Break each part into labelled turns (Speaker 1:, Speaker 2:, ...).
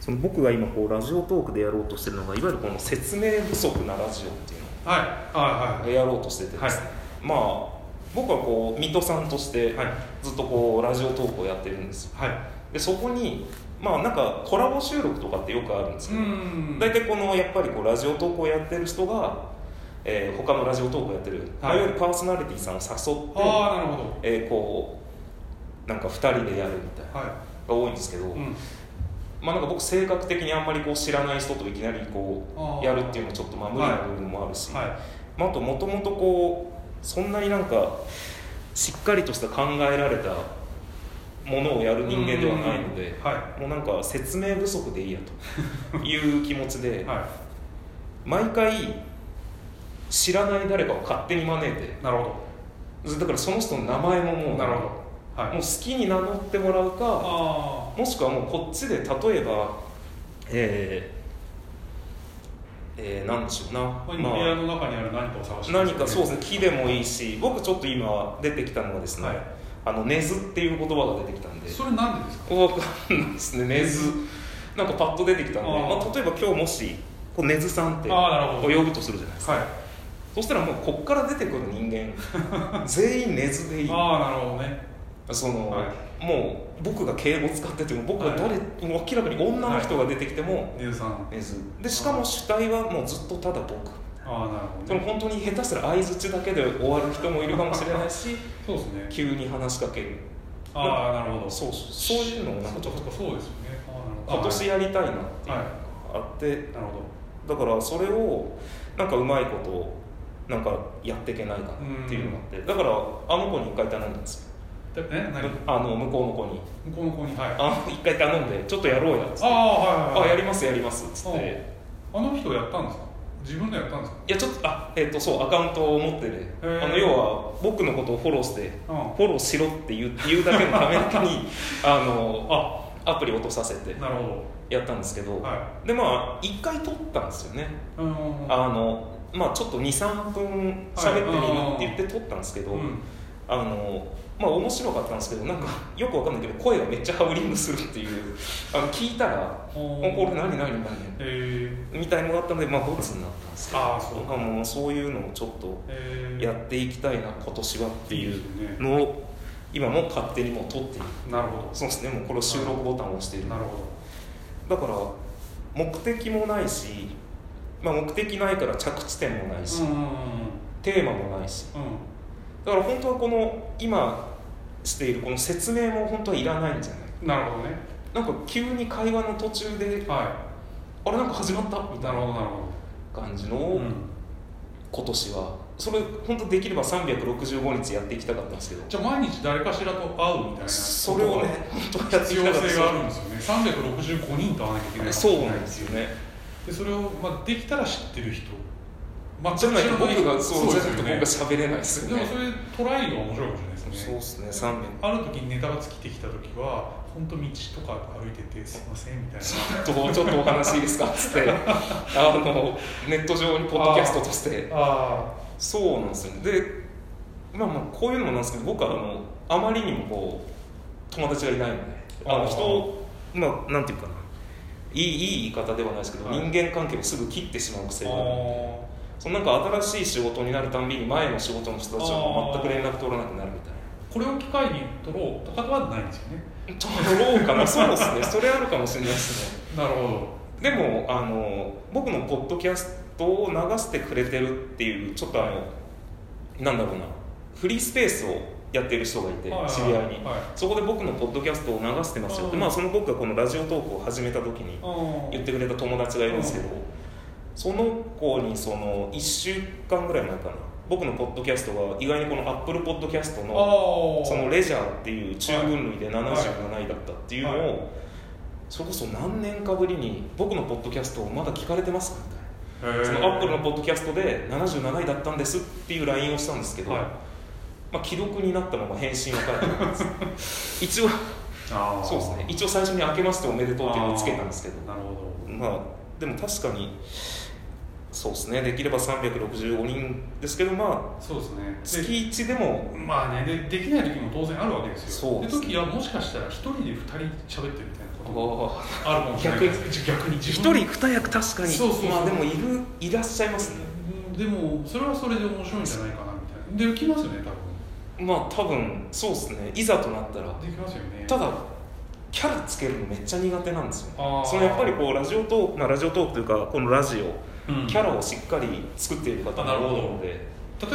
Speaker 1: その僕が今こうラジオトークでやろうとしてるのがいわゆるこの説明不足なラジオっていう
Speaker 2: はい
Speaker 1: の
Speaker 2: は
Speaker 1: を
Speaker 2: い
Speaker 1: やろうとしててですね、まあ僕はこう水戸さんとして
Speaker 2: はい
Speaker 1: ずっとこうラジオトークをやってるんですよ
Speaker 2: はいはい
Speaker 1: でそこにまあなんかコラボ収録とかってよくあるんですけ
Speaker 2: う
Speaker 1: ど、
Speaker 2: ん
Speaker 1: 大体このやっぱりこうラジオトークをやってる人が、えー他のラジオトークをやってる、まあ
Speaker 2: はい
Speaker 1: いわゆるパーソナリティさんを誘って、
Speaker 2: ああなるほど
Speaker 1: えーこうなんか2人でやるみたいなの
Speaker 2: は
Speaker 1: が多いんですけど、
Speaker 2: い、うん、
Speaker 1: まあなんか僕性格的にあんまりこう知らない人といきなりこ
Speaker 2: あー
Speaker 1: うやるっていうのもちょっとまあ無理な部分もあるし、
Speaker 2: はい
Speaker 1: まあ、あともともとこうそんなになんかしっかりとした考えられたものをやる人間ではないので
Speaker 2: うんは
Speaker 1: もうなんか説明不足でいいや という気持ち
Speaker 2: い
Speaker 1: で、
Speaker 2: は
Speaker 1: 毎回知らない誰かを勝手に招いて
Speaker 2: いなるほ
Speaker 1: だからその人の名前もも
Speaker 2: ど
Speaker 1: う
Speaker 2: なるほどは
Speaker 1: もう
Speaker 2: い
Speaker 1: 好きに名乗ってもらうか
Speaker 2: あ
Speaker 1: もしくはもうこっちで例えばえー、えー、なんでしょうな、
Speaker 2: あ
Speaker 1: ま
Speaker 2: こ
Speaker 1: あ
Speaker 2: こに部屋の中にある何かを探して
Speaker 1: 何かそうです
Speaker 2: ね
Speaker 1: ね木でもいいし僕ちょっと今出てきたのがですね、
Speaker 2: はい
Speaker 1: あの根津っていう言葉が出てきたんで
Speaker 2: それなんでですか
Speaker 1: わかんないですね根津なんかパッと出てきたんで
Speaker 2: あー
Speaker 1: まあ、例えば今日もしこう根津さんって
Speaker 2: あーなるほ
Speaker 1: こ
Speaker 2: ど
Speaker 1: う呼ぶとするじゃないですか
Speaker 2: はい
Speaker 1: そしたらもうこっから出てくる人 間全員根津でいい
Speaker 2: ああなるほどね
Speaker 1: その、
Speaker 2: は
Speaker 1: もう僕が敬語使ってても僕が誰、
Speaker 2: は
Speaker 1: もう明らかに女の人が出てきても、
Speaker 2: 姉さん
Speaker 1: 根津でしかも主体はもうずっとただ僕
Speaker 2: ああなるほ
Speaker 1: そ
Speaker 2: ど
Speaker 1: の
Speaker 2: ね
Speaker 1: 本当に下手したら相づちだけで終わる人もいるかもしれないし
Speaker 2: そうですね
Speaker 1: 急に話しかける
Speaker 2: ああなるほど
Speaker 1: そうそうそういうのもなんかち
Speaker 2: そ
Speaker 1: ょ
Speaker 2: う
Speaker 1: っ
Speaker 2: か
Speaker 1: と
Speaker 2: そうかそうですよねああなるほ
Speaker 1: 今
Speaker 2: ど
Speaker 1: 年やりたいなっていうの
Speaker 2: は
Speaker 1: があって、
Speaker 2: いなるほ
Speaker 1: だからそれをなんかうまいことなんかやっていけないかなっていうのがあってだからあの子に一回頼んだんですよ
Speaker 2: どでえ何
Speaker 1: あの向こうの子に
Speaker 2: 向こうの子にはいあ
Speaker 1: あの一回頼んでちょっとやろうやっつって
Speaker 2: あはいはいはい
Speaker 1: あやりますやりますっつって
Speaker 2: あの人やったんですか自分でやったんですか
Speaker 1: いやちょっとあえっ、とそうアカウントを持ってて
Speaker 2: へー
Speaker 1: あの要は僕のことをフォローして
Speaker 2: うん
Speaker 1: フォローしろって言う言うだけのためだけ にあのあアプリ落とさせて
Speaker 2: なるほ
Speaker 1: やったんですけど、
Speaker 2: どは
Speaker 1: でまあ一回撮ったんですよね、
Speaker 2: いうん
Speaker 1: あのまあちょっと23分喋ってみるって言って撮ったんですけど、
Speaker 2: うん
Speaker 1: あのまあ面白かったんですけどなんかよくわかんないけど声がめっちゃハウリングするっていうあの聞いたら「
Speaker 2: お
Speaker 1: これ
Speaker 2: ー
Speaker 1: 何何何?」
Speaker 2: えー
Speaker 1: みたいのがあったのでまあボツになったんですけど
Speaker 2: あーそう
Speaker 1: なんかもうそういうのをちょっと
Speaker 2: えー
Speaker 1: やっていきたいな今年はってい
Speaker 2: いいです
Speaker 1: う
Speaker 2: ね
Speaker 1: のを今もう勝手にもう撮っている
Speaker 2: なるほ
Speaker 1: そうですねもうこれを収録ボタンを押している
Speaker 2: どな
Speaker 1: だ
Speaker 2: るほ
Speaker 1: から目的もないし、まあ、目的ないから着地点もない
Speaker 2: ど
Speaker 1: し、
Speaker 2: うんうんうん
Speaker 1: テーマもないし
Speaker 2: うん
Speaker 1: だから本当はこの今しているこの説明も本当はいらないんじゃない
Speaker 2: うんなるほどね
Speaker 1: なんか急に会話の途中で
Speaker 2: は
Speaker 1: あれなんか始まったみ
Speaker 2: い
Speaker 1: た
Speaker 2: ないるほ
Speaker 1: な
Speaker 2: どなる
Speaker 1: 感じ
Speaker 2: ほど
Speaker 1: の
Speaker 2: うん
Speaker 1: 今年はそれ本当できれば365日やっていきたかったんですけど
Speaker 2: じゃあ毎日誰かしらと会うみたいな
Speaker 1: それをね本当やって
Speaker 2: 必
Speaker 1: いき
Speaker 2: 要
Speaker 1: たかったんで
Speaker 2: 性
Speaker 1: す
Speaker 2: があるんですよね365人と会わなきゃいけない
Speaker 1: そうなんですよね
Speaker 2: でそれを、まあ、できたら知ってる人ま
Speaker 1: じゃないと僕がそう
Speaker 2: で
Speaker 1: じゃ
Speaker 2: す
Speaker 1: なくて
Speaker 2: よ
Speaker 1: 僕
Speaker 2: ね
Speaker 1: が喋れないです
Speaker 2: で
Speaker 1: よ
Speaker 2: も
Speaker 1: ね
Speaker 2: それトライが面白いかもしれないですね
Speaker 1: そうですね3面
Speaker 2: ある時にネタが尽きてきた時は本当道とか歩いててすいませんみたいな
Speaker 1: ちょっとちょっとお話いいです かっつってあのネット上にポッドキャストとして
Speaker 2: あ
Speaker 1: そうなんですよねでまあまあこういうのもなんですけど僕はあのあまりにもこう友達がいないのであ
Speaker 2: あ
Speaker 1: の
Speaker 2: ー
Speaker 1: 人をまあなんていうかないいいい言い方ではないですけど、
Speaker 2: はい
Speaker 1: 人間関係をすぐ切ってしまう癖
Speaker 2: あ
Speaker 1: があるそのなんか新しい仕事になるたんびに前の仕事の人たちは全く連絡取らなくなるみたい な
Speaker 2: これを機会に撮ろうとかはないんですよね
Speaker 1: 取ろうかなそうですねそれあるかもしれないですね
Speaker 2: なるほど
Speaker 1: でもあの僕のポッドキャストを流してくれてるっていうちょっとあのなんだろうなフリースペースをやってる人がいて知り合いに
Speaker 2: はい
Speaker 1: そこで僕のポッドキャストを流してますよって
Speaker 2: うん
Speaker 1: まあその僕がこのラジオトークを始めた時に
Speaker 2: あー
Speaker 1: 言ってくれた友達がいるんですけど
Speaker 2: うん
Speaker 1: その子にその1週間ぐらい前かな僕のポッドキャストが意外にこのアップルポッドキャスト
Speaker 2: あ
Speaker 1: の
Speaker 2: ー
Speaker 1: そのレジャーっていう中分類で77位だったっていうのを、
Speaker 2: はい
Speaker 1: それこそ何年かぶりに僕のポッドキャストをまだ聞かれてますかみたいな
Speaker 2: へー
Speaker 1: そのアップルのポッドキャストで77位だったんですっていう LINE をしたんですけど、
Speaker 2: はい
Speaker 1: まあ、既読になったまま返信を返ってたんです 一応
Speaker 2: あー
Speaker 1: そうですね一応最初に「明けましておめでとう」っていうのをつけたんですけど
Speaker 2: なるほど
Speaker 1: まあでも確かにそうですねできれば365人ですけどまあ
Speaker 2: そうですね
Speaker 1: 月1でも
Speaker 2: でまあねでできない時も当然あるわけですよ
Speaker 1: そうですね
Speaker 2: で時はもしかしたら一人で二人喋ってるみたいなこ
Speaker 1: おー
Speaker 2: あるかもしれない
Speaker 1: 逆
Speaker 2: 逆逆に
Speaker 1: 一
Speaker 2: 自
Speaker 1: 人
Speaker 2: 分
Speaker 1: 二役確かに
Speaker 2: そうそうそう
Speaker 1: まあでもいるいらっしゃいますね
Speaker 2: うんでもそれはそれで面白いんじゃないかなみたいなできますよね多分
Speaker 1: まあ多分そうですねいざとなったら
Speaker 2: できますよね
Speaker 1: ただキャラつけるのめっちゃ苦手なんですよ
Speaker 2: あー
Speaker 1: そのやっぱりこうラジオトーク、まあ、ラジオトークというかこのラジオ
Speaker 2: うん
Speaker 1: キャラをしっかり作っている方
Speaker 2: あなるほど
Speaker 1: 多いので
Speaker 2: 例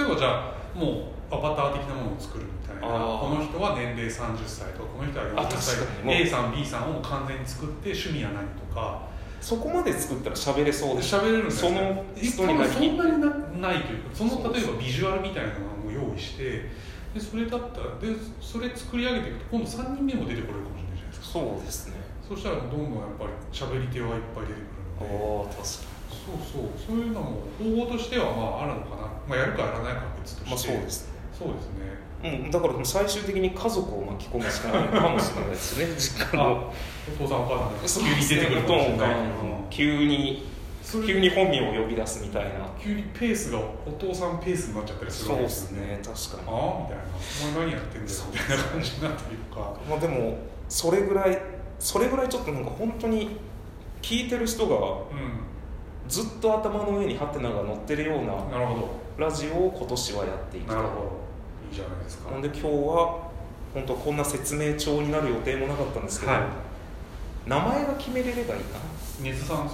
Speaker 2: えばじゃあもうアバター的なものを作るみたいな
Speaker 1: あー
Speaker 2: この人は年齢30歳とかこの人は
Speaker 1: あ
Speaker 2: 40歳
Speaker 1: 確かにもう
Speaker 2: A さん B さんを完全に作って趣味は何とか
Speaker 1: そこまで作ったら喋れそうでしょ
Speaker 2: 喋れるんですよね
Speaker 1: その人になり
Speaker 2: そんなになないというかそ
Speaker 1: そうそう
Speaker 2: の例えばビジュアルみたいなのを用意してでそれだったらでそれ作り上げていくと今度3人目も出てこれるかもしれないじゃないですか
Speaker 1: そうですね
Speaker 2: そしたらどんどんやっぱり喋り手はいっぱい出て
Speaker 1: あ
Speaker 2: く
Speaker 1: あ
Speaker 2: るので
Speaker 1: 確か
Speaker 2: そうそうそういうのも方法としてはまああるのかな、まあ、やるかやらないかは別として
Speaker 1: にまあそうですね
Speaker 2: そうですね
Speaker 1: うん、だから最終的に家族を巻き込むしかないかもしれないですね 実家の
Speaker 2: あお父さんお母さんが
Speaker 1: そ
Speaker 2: 急
Speaker 1: う
Speaker 2: に
Speaker 1: です
Speaker 2: 出
Speaker 1: ね
Speaker 2: てくる
Speaker 1: お
Speaker 2: かもし
Speaker 1: 父
Speaker 2: れ
Speaker 1: さ
Speaker 2: ない
Speaker 1: んが急に
Speaker 2: それ
Speaker 1: 急に本名を呼び出すみたいな
Speaker 2: 急にペースがお父さんペースになっちゃったりする
Speaker 1: そ
Speaker 2: わ
Speaker 1: う
Speaker 2: け
Speaker 1: で
Speaker 2: ですすよ
Speaker 1: ね確かに
Speaker 2: ああみたいなお前何やってんだよみたいな感じになったりとか
Speaker 1: まあでもそれぐらいそれぐらいちょっとなんか本当に聞いてる人が
Speaker 2: う
Speaker 1: ずっと頭の上にハテナが乗ってるようなん
Speaker 2: なるほ
Speaker 1: ラジオを今年はやっていき
Speaker 2: ど
Speaker 1: たい
Speaker 2: なるほどいいじゃないですか
Speaker 1: なんで今日は本当こんな説明帳になる予定もなかったんですけど、
Speaker 2: は
Speaker 1: 名前が決めれればいい な
Speaker 2: い根津さん
Speaker 1: な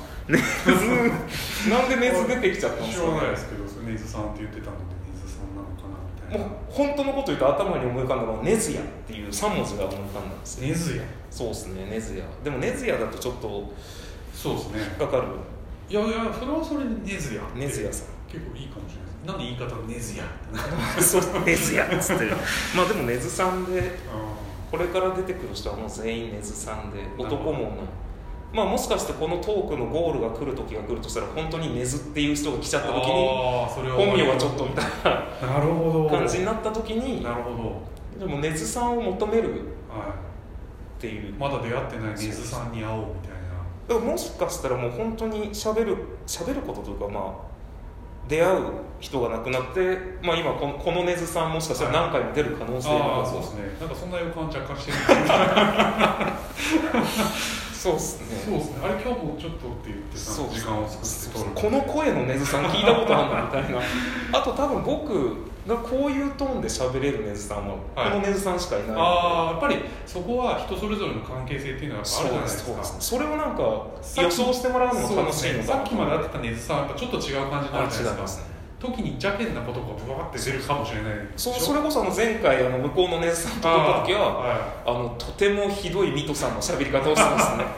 Speaker 1: んでネズ出てきちゃったんで
Speaker 2: 知
Speaker 1: す
Speaker 2: ら
Speaker 1: か
Speaker 2: ないですけどそれ根津さんって言ってたので根津さんなのかなみたい
Speaker 1: もう
Speaker 2: な
Speaker 1: 本当のこと言うと頭に思い浮かんだのは「ネズヤ」っていう3文字が思い浮かんだんですよ
Speaker 2: 根津や
Speaker 1: そうですね「ネズヤ」でも「ネズヤ」だとちょっと引
Speaker 2: そうですね
Speaker 1: っかかる
Speaker 2: いやいやそれはそれで根津や
Speaker 1: 「ネズヤ」さん
Speaker 2: 結構いいかもしれないですなんで言い方根津やってな
Speaker 1: そうネズやっつってるまあでも根津さんで
Speaker 2: あ
Speaker 1: これから出てくる人はもう全員根津さんで男も女もまあもしかしてこのトークのゴールが来る時が来るとしたら本当に根津っていう人が来ち ゃった時に
Speaker 2: あーそれ
Speaker 1: 本名はちょっとみたい
Speaker 2: なるほど
Speaker 1: な感じになった時に
Speaker 2: なるほ
Speaker 1: でも根津さんを求めるっ
Speaker 2: ど、は
Speaker 1: ていう
Speaker 2: い、まだ出会ってない根津さんに会おうみたいな
Speaker 1: だからもしかしたらもう本当にしゃべるしゃべることというかまあ出会う人が亡くなって、まあ、今このこの根津さんもしかしたら何回も出る可能性が
Speaker 2: ああそうですねなんか そんな予感若干してる
Speaker 1: そうですね
Speaker 2: そうですねあれ今日もちょっとって言ってさ
Speaker 1: そう
Speaker 2: 時間を作って撮る
Speaker 1: この声の根津さん聞いたことあるなみたいな あと多分僕がこういうトーンで喋れる根津さんはこ
Speaker 2: はい
Speaker 1: の根津さんしかいないので、
Speaker 2: ああやっぱりそこは人それぞれの関係性っていうのはやっぱ
Speaker 1: そ
Speaker 2: ある
Speaker 1: う
Speaker 2: じゃ
Speaker 1: で
Speaker 2: ないですす
Speaker 1: そう
Speaker 2: か
Speaker 1: ですそれをなんか
Speaker 2: さっき
Speaker 1: 予想してもらうの
Speaker 2: そう
Speaker 1: も
Speaker 2: で
Speaker 1: 楽
Speaker 2: す
Speaker 1: しい
Speaker 2: ね
Speaker 1: の
Speaker 2: さ
Speaker 1: か
Speaker 2: っきまで会ってた根津さんはやっぱちょっと違う感じになるじ
Speaker 1: あ
Speaker 2: ゃな
Speaker 1: 違
Speaker 2: い
Speaker 1: い
Speaker 2: で
Speaker 1: ますす
Speaker 2: か
Speaker 1: ね
Speaker 2: 時に邪険なことがブワーって出るかもしれない
Speaker 1: そそれこそあの前回あの向こうの根津さんと撮った時は
Speaker 2: は
Speaker 1: あのとてもひどいミトさんの喋り方をして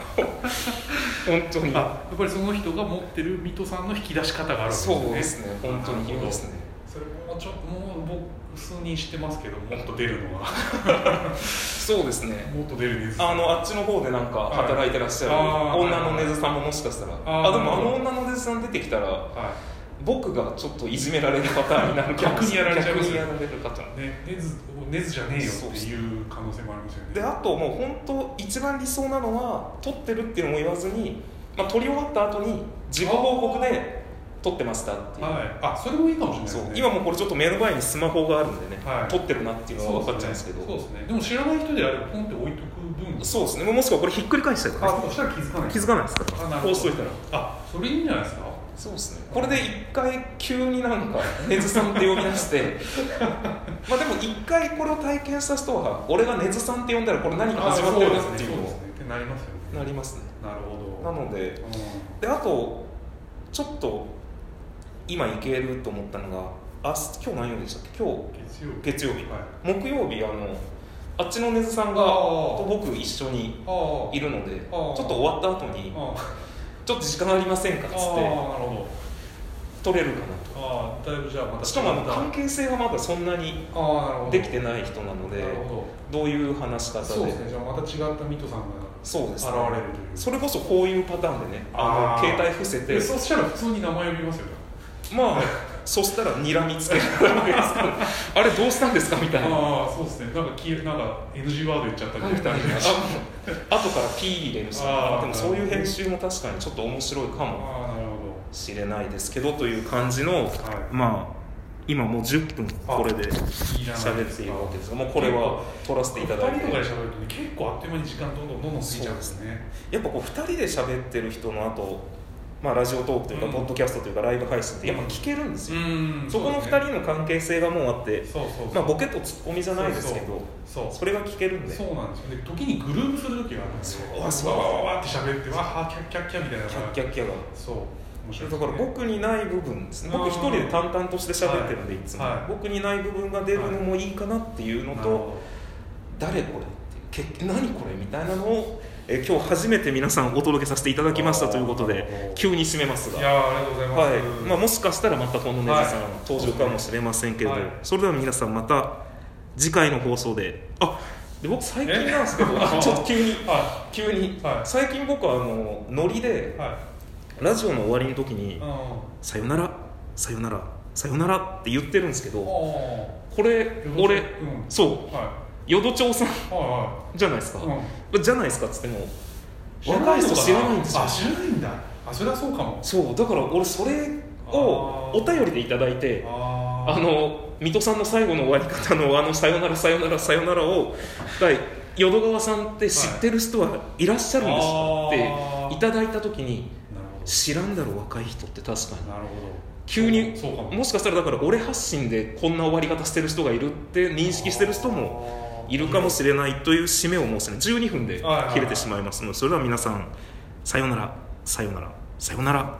Speaker 1: ますね本当
Speaker 2: い
Speaker 1: に
Speaker 2: あやっぱりその人が持ってる水戸さんの引き出し方があるんですね
Speaker 1: そうですね本当にひどいですね
Speaker 2: それもちょっともう僕数人知ってますけどもっと出る のは
Speaker 1: そうですね
Speaker 2: もっと出るです
Speaker 1: あのあっちの方でなんか働いてらっしゃる、
Speaker 2: はいあー
Speaker 1: 女の根津さんももしかしたら
Speaker 2: あー
Speaker 1: あでもあの女の根津さん出てきたら
Speaker 2: は
Speaker 1: 僕がちょっといじめられるパターンになるかもしれない
Speaker 2: 逆
Speaker 1: 逆に
Speaker 2: にや
Speaker 1: や
Speaker 2: ら
Speaker 1: られる方
Speaker 2: いね根津根津じゃねえよっていう可能性もありますよね
Speaker 1: であともう本当一番理想なのは撮ってるっていうのも言わずに、まあ、撮り終わった後に自己報告で撮ってましたっていう、
Speaker 2: はいあそれもいいかもしれないです
Speaker 1: そう
Speaker 2: ね
Speaker 1: 今もうこれちょっと目の前にスマホがあるんでね、
Speaker 2: はい
Speaker 1: 撮ってるなっていうのは分かっちゃうんですけど
Speaker 2: そうですねでも知らない人であればポンって置いとく分
Speaker 1: そうですねもうもしくはこれひっくり返したりとか
Speaker 2: あ
Speaker 1: ね
Speaker 2: そしたら気づかない
Speaker 1: 気づかないですから
Speaker 2: あなるほ
Speaker 1: こ
Speaker 2: ど
Speaker 1: うしといたら
Speaker 2: あそれいいんじゃないですか
Speaker 1: そうですねこれで一回急になんか根津さんって呼び出して まあでも一回これを体験した人は俺が根津さんって呼んだらこれ何か始まってるなっていう
Speaker 2: そう
Speaker 1: の
Speaker 2: です
Speaker 1: を
Speaker 2: ねってなりますよね
Speaker 1: なりますね
Speaker 2: なるほ
Speaker 1: な
Speaker 2: ど
Speaker 1: ので
Speaker 2: う
Speaker 1: であとちょっと今いけると思ったのが明日今日何曜日でしたっけ今
Speaker 2: ん月曜日
Speaker 1: 日月曜日
Speaker 2: はい
Speaker 1: 木曜日あのあっちの根津さんが
Speaker 2: あー
Speaker 1: と僕一緒に
Speaker 2: ああ
Speaker 1: いるのでち
Speaker 2: あ
Speaker 1: ょ
Speaker 2: ー
Speaker 1: っと終わった後に
Speaker 2: あ
Speaker 1: ちょっと時間ありませんかっ
Speaker 2: あ
Speaker 1: つっ
Speaker 2: ああ
Speaker 1: て
Speaker 2: なるほど
Speaker 1: 取れるかな
Speaker 2: ああだいぶじゃあまた
Speaker 1: としかもあの
Speaker 2: あ
Speaker 1: 関係性がまだそんなに
Speaker 2: あなるほど
Speaker 1: できてない人なので
Speaker 2: なるほ
Speaker 1: どういう話し方
Speaker 2: ど
Speaker 1: で
Speaker 2: そうですねじゃあまた違ったミトさん
Speaker 1: そうですね
Speaker 2: が現れるという
Speaker 1: それこそこういうパターンでねあ
Speaker 2: あ
Speaker 1: の
Speaker 2: ー
Speaker 1: 携帯伏せて
Speaker 2: えそしたら普通に名前呼びますよね
Speaker 1: まあそしたら睨みつけられるわけです からあれどうしたんですかみたいな
Speaker 2: ああそうですねなんか消えなんか NG ワード言っちゃったみたいな感じで
Speaker 1: あ後から P 入れるし
Speaker 2: あー
Speaker 1: でもそういう編集も確かにちょっと面白いかも
Speaker 2: ああなる
Speaker 1: しれないですけどという感じの
Speaker 2: ほどはい
Speaker 1: まあ今もう10分これで
Speaker 2: いいじゃない
Speaker 1: 喋
Speaker 2: で
Speaker 1: っ
Speaker 2: す
Speaker 1: てい
Speaker 2: か
Speaker 1: るわけですがもうこれは取らせていただい
Speaker 2: 2人とかで
Speaker 1: て
Speaker 2: 喋るとね結構あっという間に時間どんどんどんどん過ぎちゃうんですね
Speaker 1: やっぱこう2人で喋ってる人のあと、まあ、ラジオトークというか、
Speaker 2: うん
Speaker 1: ポッドキャストというかライブ配信ってやっぱ聞けるんですよ、
Speaker 2: ん
Speaker 1: そこの2人の関係性がもうあって、
Speaker 2: そうそうそう
Speaker 1: まあ、ボケとツッコミじゃないですけど
Speaker 2: そう
Speaker 1: それが聞けるんで
Speaker 2: そうなんですよで時にグループする時があるんですよ
Speaker 1: そう
Speaker 2: わわ
Speaker 1: そう
Speaker 2: わわわって喋ってわはキャッキャッキャみたいな
Speaker 1: キャッキャッキャが
Speaker 2: そう面白い
Speaker 1: だから
Speaker 2: 僕
Speaker 1: 僕にない部分ですね
Speaker 2: うん
Speaker 1: 僕一人で淡々として喋ってるんでいつも、
Speaker 2: はい
Speaker 1: 僕にない部分が出るのもいいかなっていうのと、誰これっていうけ何これみたいなのを、えー今日初めて皆さんお届けさせていただきましたということ
Speaker 2: なるほ
Speaker 1: で
Speaker 2: ど
Speaker 1: 急に締めます
Speaker 2: い
Speaker 1: が。
Speaker 2: やーありがとうございます、
Speaker 1: はいまあ、もしかしたらまたこのネジさん、
Speaker 2: はい
Speaker 1: 登場かもしれませんけれど、
Speaker 2: はい
Speaker 1: それでは皆さんまた次回の放送であで僕最近なんですけど
Speaker 2: え
Speaker 1: あちょっと急に
Speaker 2: は
Speaker 1: 急に、
Speaker 2: はい
Speaker 1: 最近僕はあのノリ
Speaker 2: い
Speaker 1: で
Speaker 2: は
Speaker 1: ラジオの終わりの時
Speaker 2: い
Speaker 1: に
Speaker 2: うん
Speaker 1: 「さよならさよならさよなら」って言ってるんですけど
Speaker 2: あ
Speaker 1: これ
Speaker 2: ー
Speaker 1: 俺
Speaker 2: うん
Speaker 1: そう
Speaker 2: は
Speaker 1: 淀町さん
Speaker 2: いは
Speaker 1: じゃないですか
Speaker 2: い、はい、うん
Speaker 1: じゃないですかっつっても
Speaker 2: 知ら
Speaker 1: 若い
Speaker 2: の
Speaker 1: 人
Speaker 2: か
Speaker 1: 知らないんですよ
Speaker 2: あ知らないんだあそれはそうかも
Speaker 1: そうだから俺それを
Speaker 2: あー
Speaker 1: お便りでいただいて
Speaker 2: あー
Speaker 1: あの水戸さんの最後の終わり方のあの「さよならさよならさよなら」をはい淀川さんって知ってる人はいらっしゃるんですか
Speaker 2: あ
Speaker 1: って
Speaker 2: ー
Speaker 1: いただいた時に
Speaker 2: なるほ
Speaker 1: 知らんだろ若い人って確か
Speaker 2: どなるほど
Speaker 1: 急に
Speaker 2: そうかも
Speaker 1: にもしかしたらだから俺発信でこんな終わり方してる人がいるって認識してる人もいるかもしれないという締めをもうすね12分で切れてしまいますのでそれでは皆さんさよならさよならさよなら